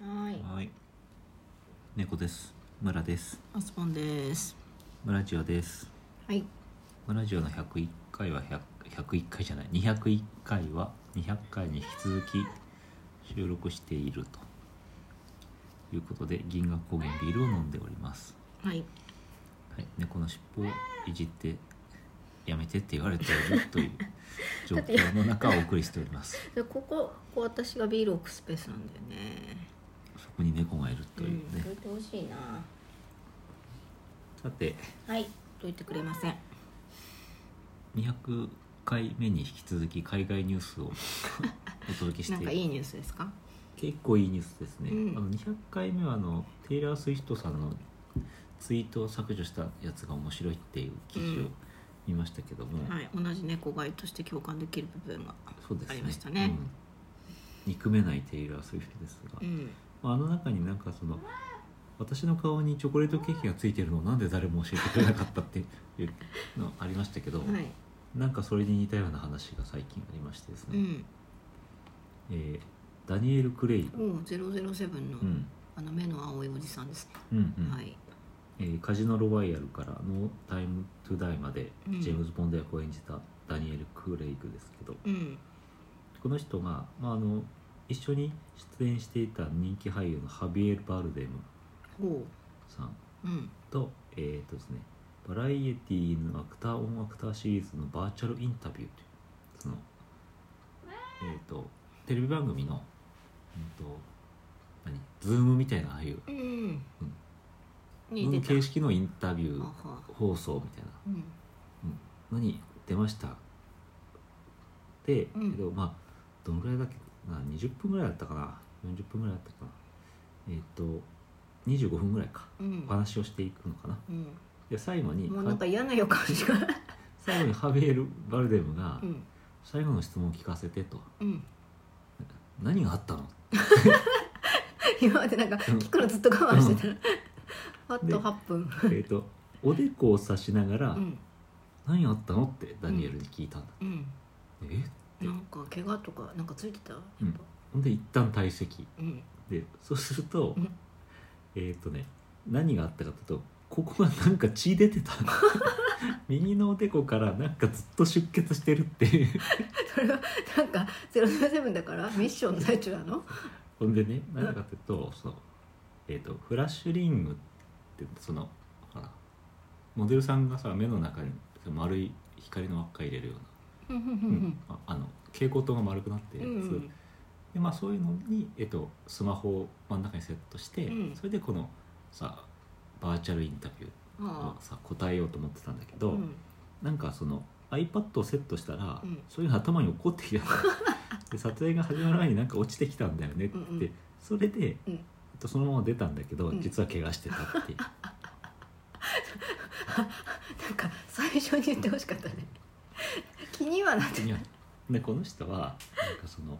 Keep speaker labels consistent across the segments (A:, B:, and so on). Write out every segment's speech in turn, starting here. A: はい
B: はい。猫です。村です。
A: アスポンです
B: 村ジオです。
A: はい
B: 村ジオの百一回は百百一回じゃない。二百一回は二百回に引き続き収録しているということで銀河高原ビールを飲んでおります。
A: はい
B: はい。猫の尻尾をいじってやめてって言われているという状況の中をお送りしております。
A: でここここ私がビール置くスペースなんだよね
B: そこに猫がいるというね。
A: どいてほしいな
B: さて。
A: はいどいてくれません
B: 200回目に引き続き海外ニュ ースをお届けし
A: なん
B: て
A: かいいニュースですか
B: 結構いいニュースですね、
A: うん
B: あの200回目はあのテイラー・スウィフトさんのツイートを削除したやつが面白いっていう記事
A: う
B: を
A: ん
B: 見ましたけども、
A: はい同じ猫飼いとして共感できる部分が
B: そうです
A: あ
B: ね
A: りましたね
B: うん憎めないテイラー・スウィフトですが
A: う、ん
B: まああの中になんかその私の顔にチョコレートケーキがついてるのをなんで誰も教えてくれなかったっていうのありましたけど、
A: はい
B: なんかそれに似たような話が最近ありましてです
A: う
B: ね、
A: ん
B: えーダニエル・クレイ、
A: おゼロゼロセブンの、
B: うん
A: あの目の青いおじさんですね、
B: うんうん
A: はい
B: えーカジノ・ロワイヤルから「ノー・タイム・トゥ・ダイ」まで
A: うん
B: ジェームズ・ボンド役を演じたダニエル・クレイグですけど、
A: うん
B: この人が、まあ、あの一緒に出演していた人気俳優のハビエル・バルデム
A: ほ
B: さん
A: ううん
B: と,、えーとですね、バラエティのアクター・オン・アクターシリーズのバーチャルインタビューというその、えー、とテレビ番組の、うん、と何ズームみたいなああいう
A: うんに出
B: の
A: た
B: 形式のインタビュ
A: あ
B: ー
A: は
B: 放送みたいな
A: うん
B: 「何出ました」で、
A: うん
B: けどまあどのぐらいだっけな20分ぐらいだったかな40分ぐらいだったかなえっ、と25分ぐらいか
A: うん
B: お話をしていくのかな
A: う
B: で最後に
A: ん、もうなんか
B: は
A: 嫌な予感しか
B: 最後にハビエル・バルデムが
A: うん
B: 「最後の質問を聞かせて」と
A: うん
B: 「何があったの?
A: 今までなんか
B: うん
A: 聞くのずっと我慢してたら、あと8分」
B: えっ とおでこを刺しながら「
A: うん
B: 何があったの?」ってダニエルに聞いたんだ、
A: うん
B: え
A: なんか怪我とかなんかついてたやっぱ
B: ほんで一旦退席
A: うん
B: でそうすると、
A: うん
B: えっ、とね何があったかというとここがなんか血出て た右のおでこからなんかずっと出血してるっていう
A: それはなんか「007」だからミッションの最中なの
B: ほんでね何かというとその、えー、とフラッシュリングってそのほらモデルさんがさ目の中に丸い光の輪っか入れるような、
A: うんうん
B: うんああの蛍光灯が丸くなってる
A: う
B: やつ、
A: んうん
B: でまあ、そういうのに、えっと、スマホを真ん中にセットして、
A: うん
B: それでこのさバーチャルインタビュー
A: あ
B: さ答えようと思ってたんだけ
A: あ
B: ど、
A: うん
B: なんかその iPad をセットしたら、
A: うん
B: そういうの頭に落っこっ てきたので撮影が始まる前になんか落ちてきたんだよねって言って、
A: うんう
B: それで、
A: うん
B: えっとそのまま出たんだけど、
A: うん
B: 実は怪我してたっていう
A: なんか最初に言ってほしかったね気にはなって
B: いやでこの人はなんかその、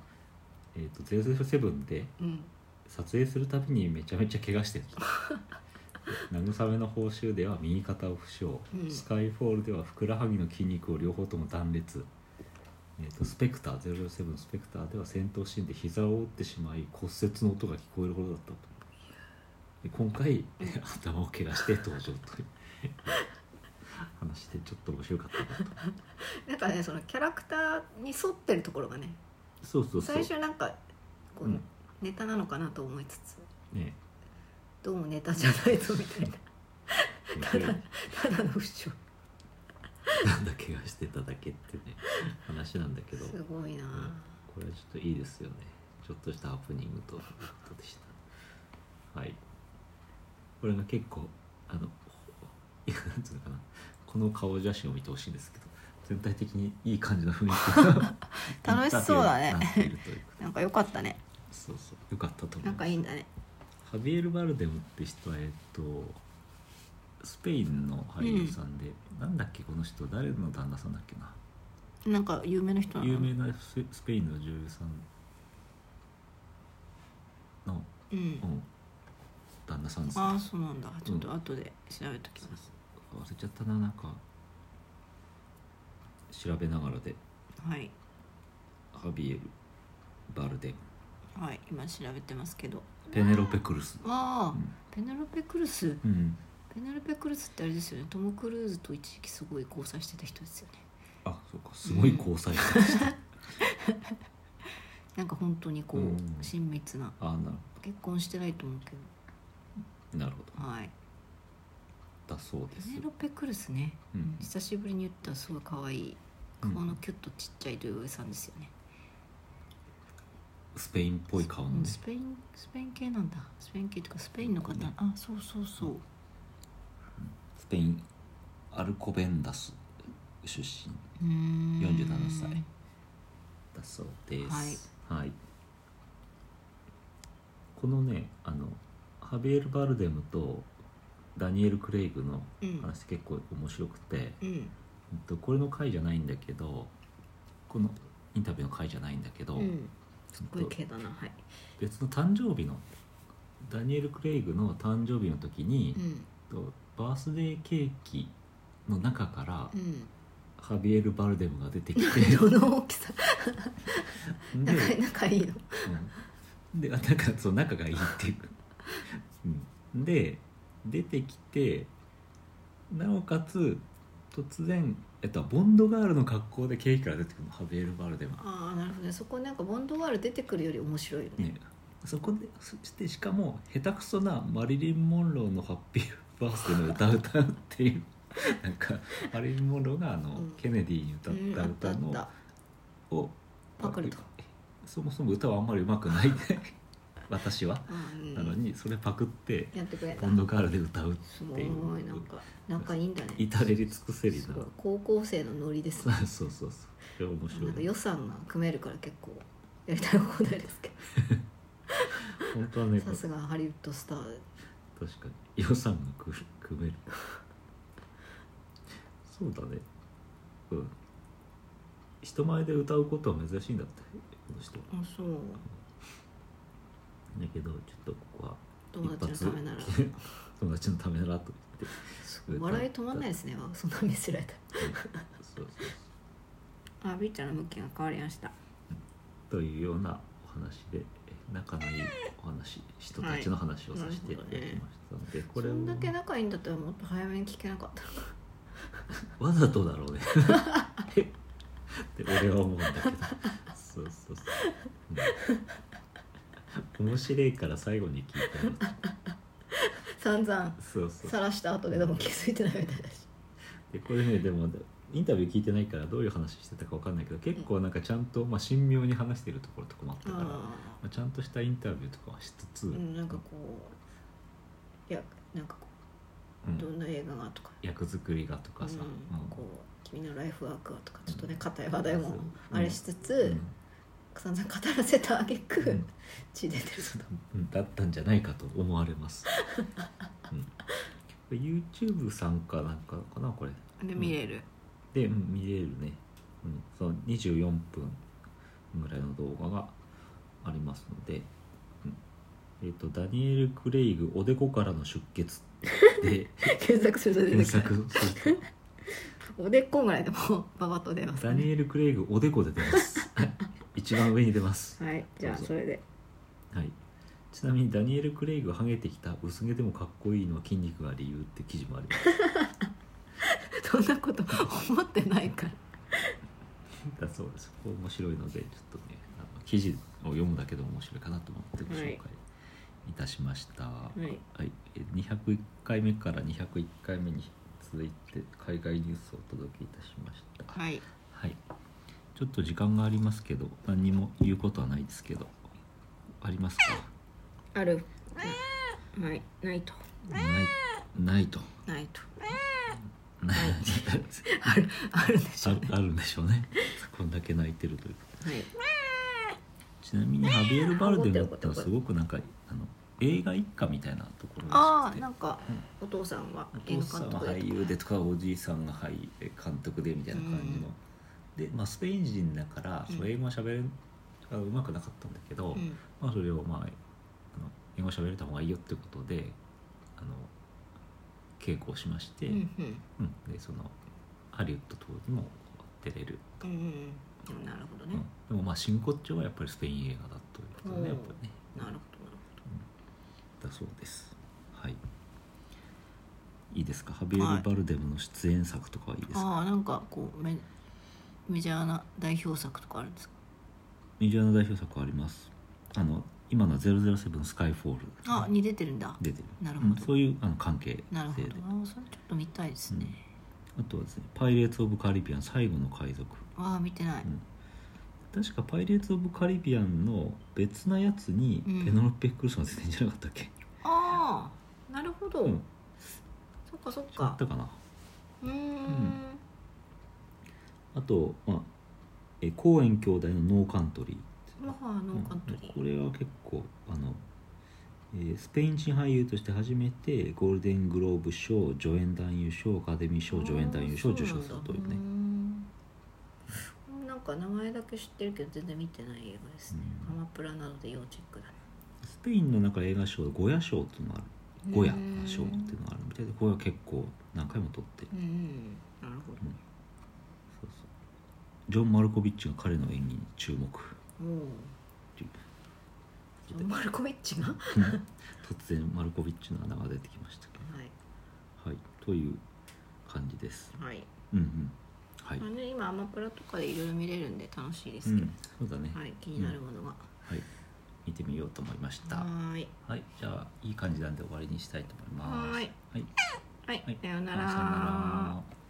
B: えっと007で
A: うん
B: 撮影するたびにめちゃめちゃ怪我してる 慰めの報酬では右肩を負傷、
A: うん
B: スカイフォールではふくらはぎの筋肉を両方とも断裂、えー、とスペクター007スペクターでは戦闘シーンで膝を折ってしまい骨折の音が聞こえるほどだったとで今回頭を怪我して登場という話でちょっと面白かったなと
A: なんかねそのキャラクターに沿ってるところがね
B: そうそうそう
A: 最初なんかこ
B: う
A: うんネタなのかなと思いつつ
B: ね
A: どうもネタじゃないぞみたいな
B: ただ
A: ただの不祥
B: 怪我してただけってね話なんだ けど
A: すごいな
B: うんこれはちょっといいですよねちょっとしたハプニングということでしたはいこれが結構あのほいやなんつうのかなこの顔写真を見てほしいんですけど全体的にいい感じの雰囲気が
A: 楽しそうだね
B: インタビューになっているという
A: なんか良かったね
B: そうそうよかったと思い
A: なん
B: ま
A: か
B: す
A: いいんだね
B: ハビエル・バルデムって人はえっとスペインの俳優さんで、なんだっけこの人誰の旦那さんだっけな
A: なんか有名な人なの
B: 有名なススペインの女優さんの、
A: うん
B: うん、旦那さんです、ね、
A: ああそうなんだちょっと後で調べときます、
B: 忘れちゃったななんか調べながらで
A: はい
B: ハビエル・バルデム
A: はい今調べてますけど
B: ペネロペクルス
A: ああ、
B: うん
A: ペネロペクルス
B: うん
A: ペネロペクルスってあれですよねトム・クルーズと一時期すごい交際してた人ですよね
B: あそうかすごい交際してました、
A: なんか本当にこう、
B: うん
A: 親密な
B: あなる
A: 結婚してないと思うけ
B: なるほ
A: どはい
B: どだそうで
A: ペ
B: す
A: ネロペクルスね、
B: うん
A: 久しぶりに言ったらすごい可愛い
B: うん
A: 顔のキュッとちっちゃい土井さんですよね、
B: スペインっぽい顔の
A: うん
B: ね
A: スペインスペイン系なんだスペイン系とかスペインの方、
B: ね
A: あそうそうそう
B: スペインアルコベンダス出身
A: うーん
B: 47歳だそうですはい、このねあのハビエル・バルデムとダニエル・クレイグの
A: うん
B: 話結構面白くて、
A: うん
B: うんとこれの回じゃないんだけどこのインタビューの回じゃないんだけど、
A: うん
B: す
A: すごい系だなはい
B: 別の誕生日のダニエル・クレイグの誕生日の時に
A: う、ん
B: とバースデーケーキの中から、
A: うん
B: ハビエル・バルデムが出てきて
A: どの大き さ
B: で
A: 仲いい仲いい の
B: うんであ なんかそう仲がいいっていう、うん、で出てきてなおかつ突然、えっと、ボンドガールの格好でケーキから出てくるのハベール・バルデマ、
A: ああなるほどねそこなんかボンドワール出てくるより面白いよね
B: ね、そこでそしてしかも下手くそなマリリン・モンローの「ハッピーバースデー」の歌を歌うっていう なんかマリリン・モンローがあの、
A: うん
B: ケネディに歌
A: うんあ
B: っ
A: ったあ
B: た歌の、
A: った
B: を
A: パクると
B: そもそも歌はあんまりうまくない で私は。
A: うん
B: なのにそれパクって
A: やってくれた
B: ボンドガールで歌う
A: すごいなんか仲いいんだね
B: 至れり尽くせり
A: す
B: な
A: ごい高校生のノリです
B: そう
A: ね
B: そうそうそうそれ面
A: なんか
B: 白い
A: 予算が組めるから結構やりたい放題ですけ
B: 本当はね
A: どさすがハリウッドスター
B: 確かに予算がくる組めるそうだねうん人前で歌うことは珍しいんだってこの人は
A: あそう
B: だけどちょっとここは
A: 友達のためなら
B: 友達のためならと言って
A: そう笑い止まんないですねそんな見せられた
B: うんそうそう
A: らあビーちゃんの向きが変わりました
B: というようなお話でえ仲のいいお話人たちの話をさせていただきましたので、こ
A: そ
B: れを
A: んだけ仲いいんだったらもっと早めに聞けなかった のか
B: わざとだろうねって俺は思うんだけどそうそうそう、うん面白いから最後に聞いたら
A: 散々
B: そうそう
A: さらした後ででも気づいてないみたいだし
B: でこれねでもインタビュー聞いてないからどういう話してたかわかんないけど結構なんかちゃんと、まあ、神妙に話してるところとかもあったから、ま
A: あ
B: あ、ちゃんとしたインタビューとかはしつつ、
A: ーう
B: うん
A: んなんかこういやなんかこうどんな映画がとか
B: 役作りがとかさ、
A: うん
B: うん
A: こう君のライフワークはとかちょっとね硬い話題もあれしつつ、
B: う
A: さんざん語らせた挙句、
B: うん
A: 血出てるぞ
B: ん、だったんじゃないかと思われます、うん、これ YouTube さんかなんかかなこれ
A: で
B: 見
A: れる、
B: で、うん見れるね、うん、その24分ぐらいの動画がありますので、うんえっ、とダニエル・クレイグおでこからの出血で
A: 検索すると 出
B: 検
A: てくる
B: 索する
A: おでっこぐらいでもババッと出ま
B: と
A: す
B: ダ
A: ね
B: ニエル・クレイグおでこで出ます 一番上に出ます
A: はいじゃあ
B: そうそう
A: それで
B: はい、ちなみにダニエル・クレイグがハゲてきた薄毛でもかっこいいのは筋肉が理由って記事もあります
A: そんなこと思ってないから
B: だそうですここ面白いのでちょっとねあの記事を読むだけでも面白いかなと思ってご紹介いたしました、はいえ201回目から201回目に続いて海外ニュースをお届けいたしました
A: はい
B: はいちょっと時間がありますけど何にも言うことはないですけどありますか
A: あるないないと
B: ないないと
A: ないと
B: ない
A: あるあるでしょう
B: あ
A: ね
B: あるんでしょうねこんだけ泣いてるということ
A: はい
B: ちなみにハビエル・バルデムってのはすごくなんかあの映画一家みたいなところ
A: あ
B: らし
A: あ
B: くて
A: なんかお父さんは
B: お
A: 映
B: 父
A: 画
B: さん
A: 監
B: は
A: 督で
B: 俳優でとかおじいさんが俳優監督でみたいな感じの、で、まあ、スペイン人だから
A: うん
B: その英語はしゃべれがうまくなかったんだけど、
A: うん
B: まあ、それを、まあ、あの英語しゃべれた方がいいよってことであの稽古をしまして、
A: うんうん
B: うんでそのハリウッド等にも出れる
A: うんうんうんなるほどね
B: うんでもまあ真骨頂はやっぱりスペイン映画だっということでねやっぱりね
A: なるほどなる
B: だそうですはいいいですかハビエル・バルデムの出演作とかはいいです
A: ほ
B: か、
A: どああなんかこうメメジャーな代表作とかあるんですか
B: メジャーな代表作はありますあの今のは007スカイフォールですね、
A: あに出てるんだ
B: 出てる
A: なるほど
B: うんそういうあの関係
A: なるほ
B: 性
A: ど
B: で
A: なそれちょっと見たいですね、
B: あとはですね「パイレーツ・オブ・カリビアン最後の海賊
A: ああ見てない、
B: うん確か「パイレーツ・オブ・カリビアン」の別なやつに
A: うん
B: ペノロペ・クルソン出てんじゃなかったっけ、
A: ああなるほど、
B: うん
A: そっかそっ
B: あ
A: か
B: ったかな
A: うーん
B: んあと、まあ、えコーエン兄弟の「ノーカントリー」
A: まあノーカントリー、
B: これは結構あの、えースペイン人俳優として初めてゴールデングローブ賞助演男優賞アカデミー賞助演男優賞を受賞するというね
A: あーそうなんだうーんなんか名前だけ知ってるけど全然見てない映画ですね、
B: うん
A: アマプラなどで要チェックだね
B: スペインの中映画賞ゴヤ賞っていうのがあるゴヤ
A: うん
B: 賞っていうのがあるみたいでこれは結構何回も撮ってる
A: うんうんなるほど
B: そうそうジョン・マルコビッチが彼の演技に注目
A: おお ジョン・マルコビッチがは
B: 突然マルコビッチの穴が出てきましたけ
A: い
B: どはいという感じです
A: はい、
B: うんうんはい、
A: まあね、今アマプラとかでいろいろ見れるんで楽しいで
B: う
A: すけど
B: ん、、そうだね、
A: はい気になるものが、
B: はい、見てみようと思いました。
A: は
B: は
A: ーい
B: い、じゃあいい感じなんで終わりにしたいと思います。
A: はーい
B: はい、
A: はい、
B: はい
A: さような
B: さような
A: ら
B: ら。